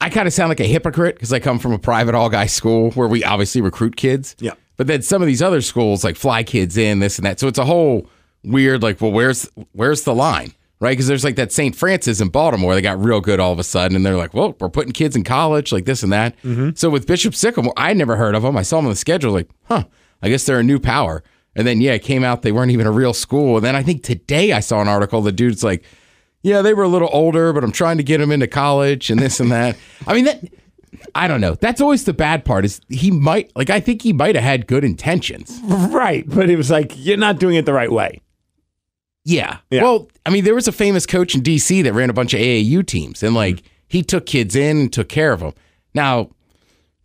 C: I kind of sound like a hypocrite because I come from a private all guy school where we obviously recruit kids.
B: Yeah.
C: But then some of these other schools like fly kids in this and that, so it's a whole weird like, well, where's where's the line, right? Because there's like that St. Francis in Baltimore, they got real good all of a sudden, and they're like, well, we're putting kids in college like this and that. So with Bishop Sycamore, I never heard of them. I saw them on the schedule, like, huh, I guess they're a new power. And then yeah, it came out they weren't even a real school. And then I think today I saw an article. The dude's like, yeah, they were a little older, but I'm trying to get him into college and this and that. I mean, that I don't know. That's always the bad part is he might like I think he might have had good intentions.
B: Right. But it was like, you're not doing it the right way.
C: Yeah.
B: Yeah.
C: Well, I mean, there was a famous coach in DC that ran a bunch of AAU teams and like he took kids in and took care of them. Now,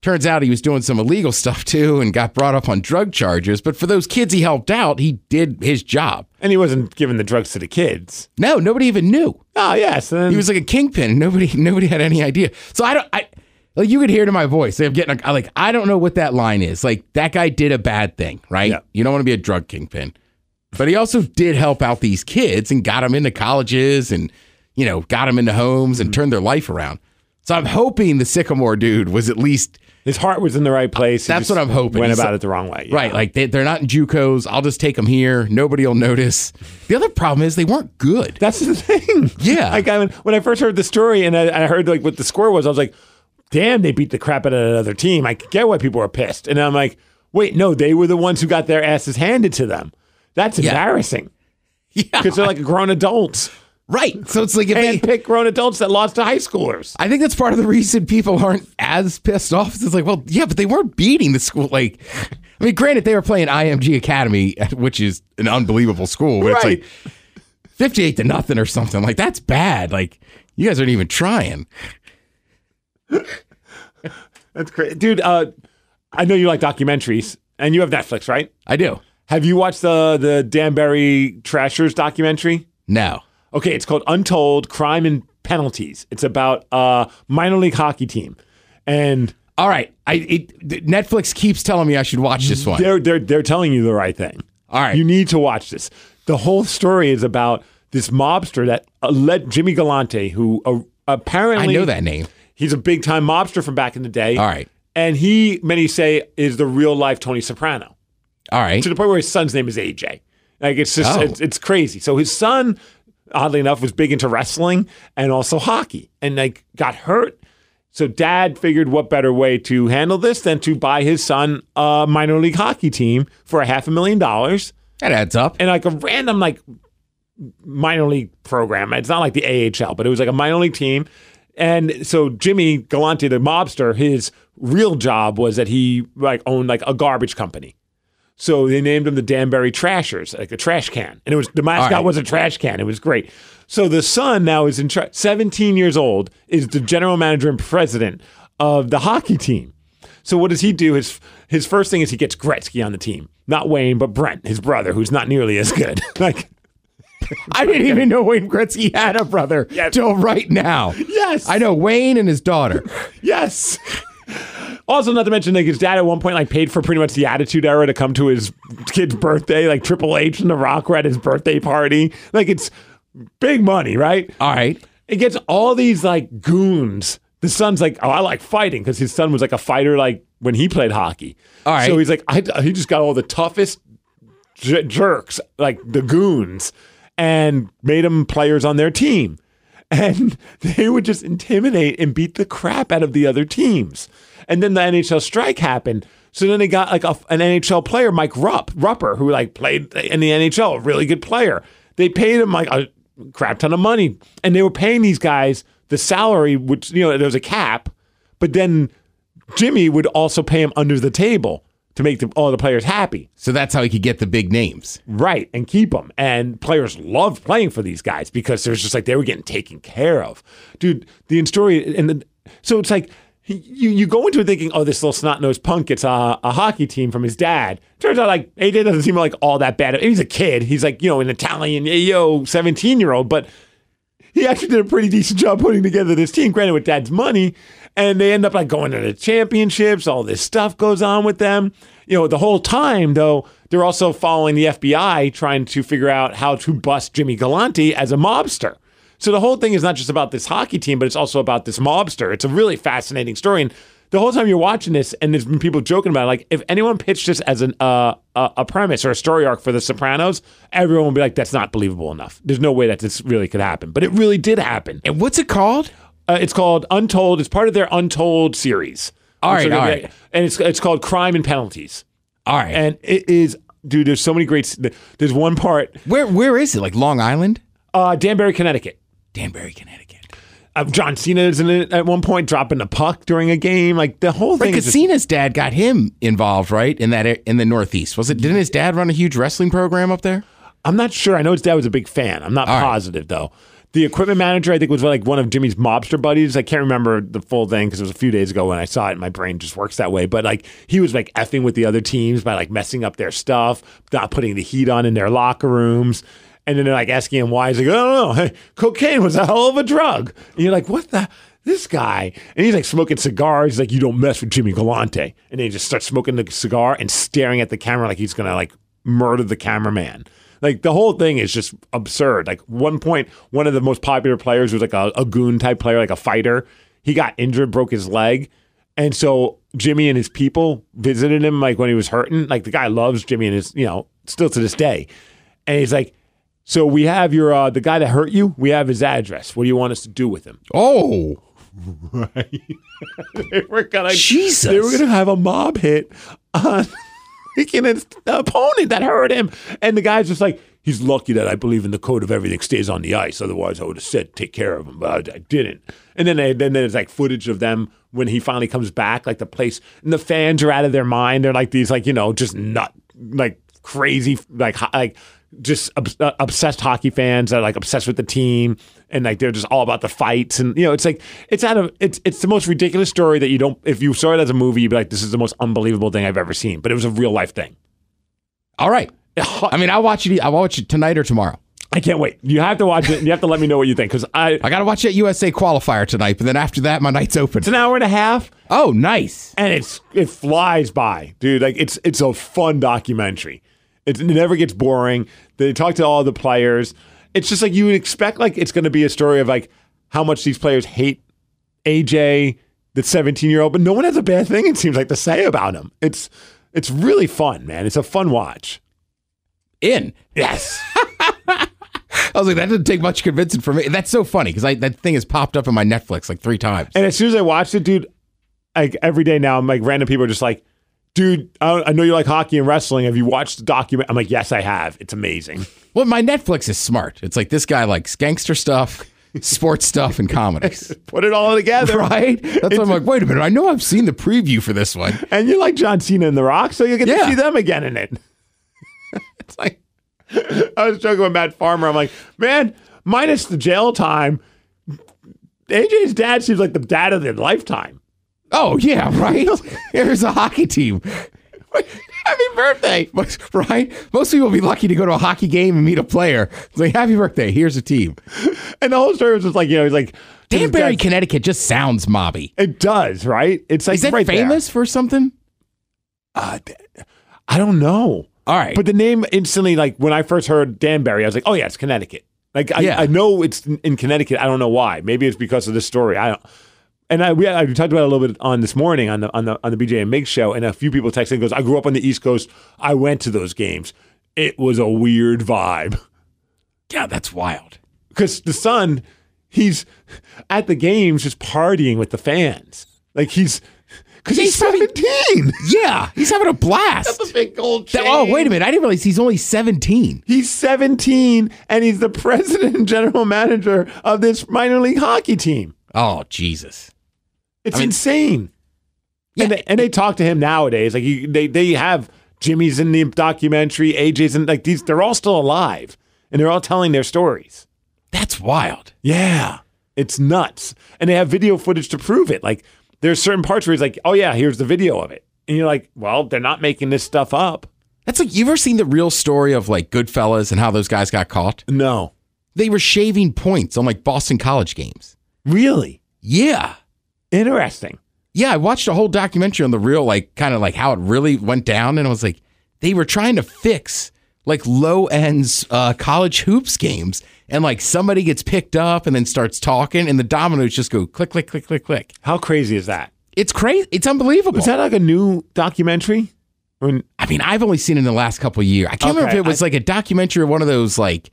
C: turns out he was doing some illegal stuff too and got brought up on drug charges, but for those kids he helped out, he did his job.
B: And he wasn't giving the drugs to the kids.
C: No, nobody even knew.
B: Oh, yes. So then,
C: He was like a kingpin. and Nobody, nobody had any idea. So I don't. I like you could hear it in my voice. I'm getting I like I don't know what that line is. Like that guy did a bad thing, right?
B: Yeah.
C: You don't want to be a drug kingpin, but he also did help out these kids and got them into colleges and you know got them into homes
B: Mm-hmm.
C: and turned their life around. So I'm hoping the Sycamore dude was at least
B: his heart was in the right place. He
C: That's
B: just
C: what I'm hoping.
B: Went
C: He's-
B: about it the wrong way. Yeah.
C: right. Like they, they're not in JUCOs. I'll just take them here. Nobody will notice. The other problem is they weren't good.
B: That's the thing.
C: Yeah.
B: Like I, when I first heard the story and I, I heard like what the score was, I was like, damn, they beat the crap out of another team. I could get why people were pissed. And I'm like, wait, no, they were the ones who got their asses handed to them. That's
C: Yeah.
B: embarrassing
C: Yeah.
B: because uh, they're like grown adults,
C: Right. So it's like if they,
B: handpicked grown adults that lost to high schoolers.
C: I think that's part of the reason people aren't as pissed off. It's like, well, yeah, but they weren't beating the school. Like, I mean, granted, they were playing IMG Academy, which is an unbelievable school, but
B: Right.
C: it's like 58 to nothing or something. Like, that's bad. Like, you guys aren't even trying.
B: That's crazy, dude. Uh, I know you like documentaries, and you have Netflix, right?
C: I do.
B: Have you watched the the Danbury Trashers documentary?
C: No.
B: Okay, it's called Untold Crime and Penalties. It's about a minor league hockey team, and
C: All right. I it, Netflix keeps telling me I should watch this one.
B: they're they're they're telling you the right thing.
C: All right.
B: you need to watch this. The whole story is about this mobster that uh, led Jimmy Galante, who uh,
C: I
B: apparently
C: know that name.
B: He's a big time mobster from back in the day.
C: All right.
B: and he many say is the real life Tony Soprano.
C: All right.
B: to the point where his son's name is AJ. Like it's just
C: Oh.
B: it's, it's crazy. So his son, oddly enough, was big into wrestling and also hockey, and like got hurt. So dad figured what better way to handle this than to buy his son a minor league hockey team for a half a million dollars
C: That adds up.
B: and like a random like minor league program. It's not like the AHL, but it was like a minor league team. And so Jimmy Galante, the mobster, his real job was that he like owned like a garbage company. So they named him the Danbury Trashers, like a trash can. And it was the mascot
C: right.
B: was a trash can. It was great. So the son now is in tra- 17 years old, is the general manager and president of the hockey team. So what does he do? His his first thing is he gets Gretzky on the team, not Wayne, but Brent, his brother, who's not nearly as good. like
C: I didn't even know Wayne Gretzky had a brother
B: Yes.
C: till right now.
B: Yes.
C: I know Wayne and his daughter.
B: yes. Also, not to mention, like his dad at one point like paid for pretty much the Attitude Era to come to his kid's birthday. Like Triple H and The Rock were at his birthday party. Like it's big money, right?
C: All right.
B: It gets all these like goons. The son's like, oh, I like fighting because his son was like a fighter, like when he played hockey.
C: All right.
B: So he's like, I, he just got all the toughest j- jerks, like the goons, and made them players on their team. And they would just intimidate and beat the crap out of the other teams. And then the NHL strike happened. So then they got like a, an NHL player, Mike Rupp, Rupper, who like played in the NHL, a really good player. They paid him like a crap ton of money. And they were paying these guys the salary, which, you know, there was a cap, but then Jimmy would also pay him under the table to make the, all the players happy.
C: So that's how he could get the big names.
B: Right, and keep them. And players loved playing for these guys because there's just like they were getting taken care of, dude. The story and the, so it's like you you go into it thinking, oh, this little snot nosed punk gets a, a hockey team from his dad. Turns out like AJ doesn't seem like all that bad. He's a kid. He's like you know an Italian yo seventeen year old, but he actually did a pretty decent job putting together this team, granted with dad's money. And they end up like going to the championships. All this stuff goes on with them. You know, the whole time though, they're also following the FBI trying to figure out how to bust Jimmy Galante as a mobster. So the whole thing is not just about this hockey team, but it's also about this mobster. It's a really fascinating story. And the whole time you're watching this, and there's been people joking about it, like if anyone pitched this as an uh, a, a premise or a story arc for The Sopranos, everyone would be like, "That's not believable enough. There's no way that this really could happen." But it really did happen.
C: And what's it called?
B: Uh, it's called Untold. It's part of their Untold series.
C: All right,
B: Which are gonna
C: all
B: be-
C: right.
B: and it's it's called Crime and Penalties,
C: All right.
B: and it is. Dude, there's so many great. s- There's one part,
C: where where is it? Like Long Island?
B: uh, Danbury, Connecticut.
C: Danbury, Connecticut.
B: Uh, John Cena is in it at one point, dropping a puck during a game. Like the whole
C: Right,
B: thing. is just-
C: Casina's dad got him involved, right? In that in the Northeast. Was it didn't his dad run a huge wrestling program up there?
B: I'm not sure. I know his dad was a big fan. I'm not
C: All right.
B: positive though. The equipment manager, I think, was like one of Jimmy's mobster buddies. I can't remember the full thing because it was a few days ago when I saw it. And my brain just works that way. But like, he was like effing with the other teams by like messing up their stuff, not putting the heat on in their locker rooms. And then they're like asking him why. He's like, I don't know. Hey, cocaine was a hell of a drug. And you're like, what the? This guy. And he's like smoking cigars. He's like, you don't mess with Jimmy Galante. And then he just starts smoking the cigar and staring at the camera like he's going to like murder the cameraman. Like the whole thing is just absurd. Like one point, one of the most popular players was like a, a goon type player, like a fighter. He got injured, broke his leg, and so Jimmy and his people visited him like when he was hurting. Like the guy loves Jimmy and his, you know, still to this day. And he's like, "So we have your uh, the guy that hurt you. We have his address. What do you want us to do with him?"
C: Oh.
B: They were gonna
F: Jesus.
B: They were gonna have a mob hit on freaking his opponent that hurt him, and the guy's just like, he's lucky that I believe in the code of everything stays on the ice. Otherwise, I would have said take care of him, but I, I didn't. And then they, then there's like footage of them when he finally comes back, like the place and the fans are out of their mind. They're like these, like you know, just nut, like crazy, like ho- like just obs- uh, obsessed hockey fans that are like obsessed with the team and like they're just all about the fights and you know it's like it's out of it's it's the most ridiculous story that you don't if you saw it as a movie you'd be like this is the most unbelievable thing I've ever seen but it was a real life thing.
C: All right. I mean, I'll watch it. I'll watch it tonight or tomorrow.
B: I can't wait. You have to watch it and you have to let me know what you think because I
C: I got to watch that USA qualifier tonight, but then after that, my night's open.
B: it's an hour and a half
C: Oh, nice.
B: and it's it flies by, dude. Like it's it's a fun documentary. It's, it never gets boring. They talk to all the players. It's just like you would expect. Like it's going to be a story of like how much these players hate AJ, the seventeen year old. But no one has a bad thing. It seems like to say about him. It's it's really fun, man. It's a fun watch.
C: In.
B: Yes.
C: I was like, that didn't take much convincing for me. That's so funny because that thing has popped up on my Netflix like three times.
B: And as soon as I watched it, dude, like every day now, I'm like, random people are just like, dude, I, I know you like hockey and wrestling. Have you watched the document? I'm like, yes, I have. It's amazing.
C: Well, my Netflix is smart. It's like this guy likes gangster stuff, sports stuff, and comedies.
B: Put it all together.
C: Right? That's why I'm like, wait a minute. I know I've seen the preview for this one.
B: And you like John Cena and The Rock, so you get to
C: Yeah.
B: see them again in it.
C: It's like,
B: I was joking with Matt Farmer. I'm like, man, minus the jail time, AJ's dad seems like the dad of their lifetime.
C: oh, yeah, right? Here's a hockey team. Happy birthday. Right? Most people will be lucky to go to a hockey game and meet a player. It's like, happy birthday. Here's a team.
B: And the whole story was just like, you know, he's like, this is
C: Danbury,
B: Dad's-
C: Connecticut just sounds mobby.
B: It does, right? It's like
C: Is that
B: right there.
C: famous for something?
B: I don't know.
C: All right.
B: But the name instantly, like when I first heard Danbury, I was like, oh yeah, it's Connecticut. Like I,
C: Yeah.
B: I know it's in, in Connecticut. I don't know why. Maybe it's because of this story. I don't. And I we, I we talked about it a little bit on this morning on the on the on the BJ and Mig show, and a few people texted and goes, I grew up on the East Coast. I went to those games. It was a weird vibe
C: yeah, that's wild.
B: because the son, he's at the games just partying with the fans. Like he's because he's,
C: He's probably-
B: seventeen.
C: Yeah, he's having a blast.
B: big gold
C: That- oh, wait a minute. I didn't realize he's only 17.
B: He's 17 and he's the president and general manager of this minor league hockey team.
C: Oh, Jesus.
B: It's
C: I mean-
B: insane.
C: Yeah,
B: and, they, and they talk to him nowadays. Like you, they they have Jimmy's in the documentary, AJ's in like these. They're all still alive and they're all telling their stories.
C: That's wild.
B: Yeah, it's nuts. And they have video footage to prove it. Like there's certain parts where he's like, "Oh yeah, here's the video of it," and you're like, "Well, they're not making this stuff up."
C: That's like, you ever seen the real story of like Goodfellas and how those guys got caught?
B: No,
C: They were shaving points on like Boston college games.
B: really
C: Yeah.
B: interesting.
C: Yeah, I watched a whole documentary on the real, like, kind of like how it really went down. And I was like, they were trying to fix like low ends uh, college hoops games. And like somebody gets picked up and then starts talking, and the dominoes just go click, click, click, click, click.
B: How crazy is that?
C: It's crazy. It's unbelievable.
B: Was that like a new documentary? Or-
C: I mean, I've only seen it in the last couple of years. I can't remember
B: Okay,
C: if it was like a documentary or one of those like,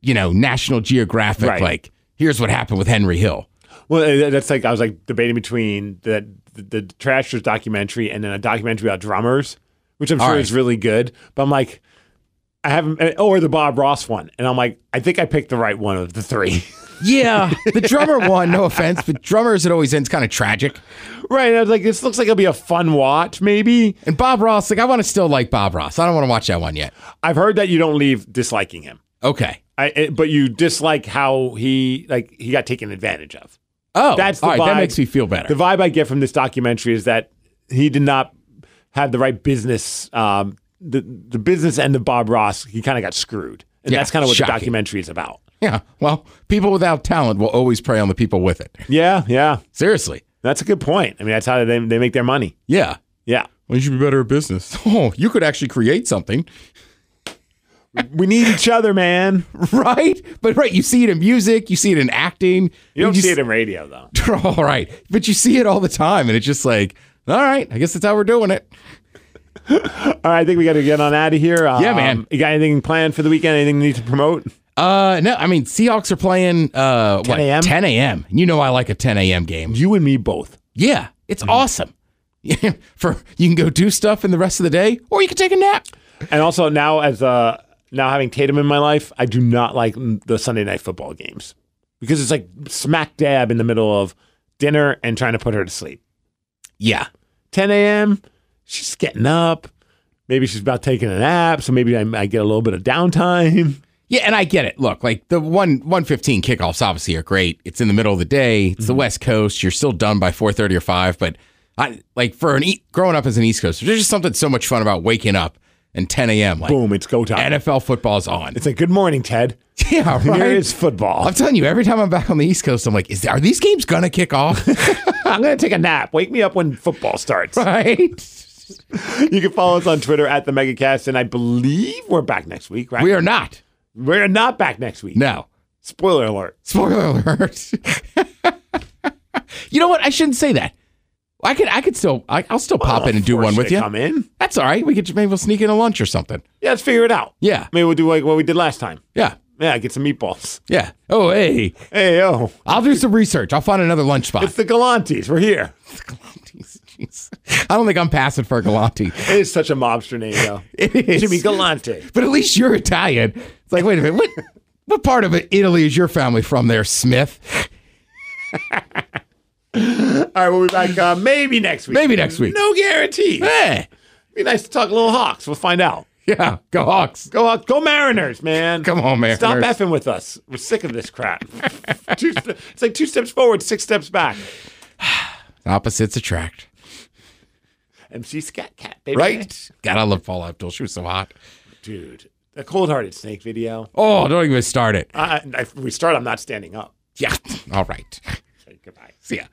C: you know, National Geographic,
B: Right.
C: like, here's what happened with Henry Hill.
B: well, eh, that's like I was like debating between the the, the Trashers documentary and then a documentary about drummers, which I'm
C: All
B: sure
C: right.
B: is really good. But I'm like, I haven't, eh, or the Bob Ross one, and I'm like, I think I picked the right one of the three.
C: Yeah. the drummer one, no offense, but drummers, it always ends kind of tragic.
B: right? And I was like, this looks like it'll be a fun watch. Maybe
C: And Bob Ross, like, I want to still like Bob Ross. I don't want to watch that one yet.
B: I've heard that you don't leave disliking him,
C: Okay.
B: I, eh, but you dislike how he like he got taken advantage of.
C: Oh,
B: That's the
C: all right.
B: vibe.
C: That makes me feel better.
B: The vibe I get from this documentary is that he did not have the right business. Um, the the business end of Bob Ross, he kind of got screwed, and
C: Yeah,
B: that's kind of what
C: shocking.
B: the documentary is about.
C: yeah. Well, people without talent will always prey on the people with it.
B: Yeah, yeah,
C: Seriously.
B: that's a good point. I mean, that's how they they make their money.
C: Yeah.
B: Yeah,
C: Well, you should be better at business. Oh, you could actually create something.
B: we need each other, man.
C: right? But right, you see it in music, you see it in acting.
B: You don't
C: just-
B: see it in radio though.
C: all right, but you see it all the time, and it's just like, all right, I guess that's how we're doing it.
B: All right, I think we got to get on out of here. Um,
C: Yeah, man.
B: You got anything planned for the weekend? Anything you need to promote?
C: Uh, no, I mean Seahawks are playing uh what
B: 10 a.m.?
C: 10 a.m. You know I like a 10 a.m. game.
B: You and me both.
C: Yeah, it's awesome. For you can go do stuff in the rest of the day, or you can take a nap.
B: And also now as uh now having Tatum in my life, I do not like m- the Sunday night football games because it's like smack dab in the middle of dinner and trying to put her to sleep.
C: Yeah.
B: 10 a.m. She's getting up. Maybe she's about taking a nap, so maybe I, I get a little bit of downtime.
C: Yeah, and I get it. Look, like the one one fifteen kickoffs obviously are great. It's in the middle of the day. It's the West Coast. You're still done by four thirty or five. But I like for an e- growing up as an East Coaster, there's just something so much fun about waking up and ten a.m. Like
B: Boom, it's go time.
C: NFL football's on.
B: It's like, good morning, Ted.
C: Uh, yeah,
B: Here is
C: right.
B: football.
C: I'm telling you, every time I'm back on the East Coast, I'm like, is are these games gonna kick off?
B: I'm going to take a nap. Wake me up when football starts.
C: right?
B: You can follow us on Twitter at the Megacast, and I believe we're back next week, right?
C: We are not.
B: We're not back next week.
C: No.
B: Spoiler alert.
C: Spoiler alert. you know what? I shouldn't say that. I could. I could still. I, I'll still pop in and do
B: Of course
C: one with
B: they
C: you.
B: Come in.
C: That's all right. We could maybe we'll sneak in a lunch or something.
B: Yeah, let's figure it out.
C: Yeah.
B: Maybe we'll do like what we did last time.
C: Yeah.
B: Yeah, get some meatballs.
C: Yeah. Oh, hey.
B: Hey, yo,
C: I'll do some research. I'll find another lunch spot.
B: it's the Galantes. We're here.
C: Jeez, jeez. I don't think I'm passing for a Galante.
B: It is such a mobster name, though.
C: It is.
B: Jimmy Galante.
C: But at least you're Italian. It's like, wait a minute. What what part of Italy is your family from there, Smith?
B: All right, we'll be back uh, maybe next week.
C: Maybe next week. Eh.
B: No guarantees.
C: Hey.
B: Be nice to talk a little Hawks. We'll find out.
C: Yeah. Go Hawks.
B: Go Hawks. Go Mariners, man.
C: Come on, Mariners.
B: Stop effing with us. We're sick of this crap. two, st- it's like two steps forward, six steps back.
C: Opposites attract.
B: MC Scat Cat, baby.
C: Right? God, I love Paula Abdul. She was so hot.
B: Dude, the cold hearted snake video.
C: Oh, don't even start it.
B: I, I, if we start, I'm not standing up.
C: Yeah. All right.
B: Okay, goodbye.
C: See ya.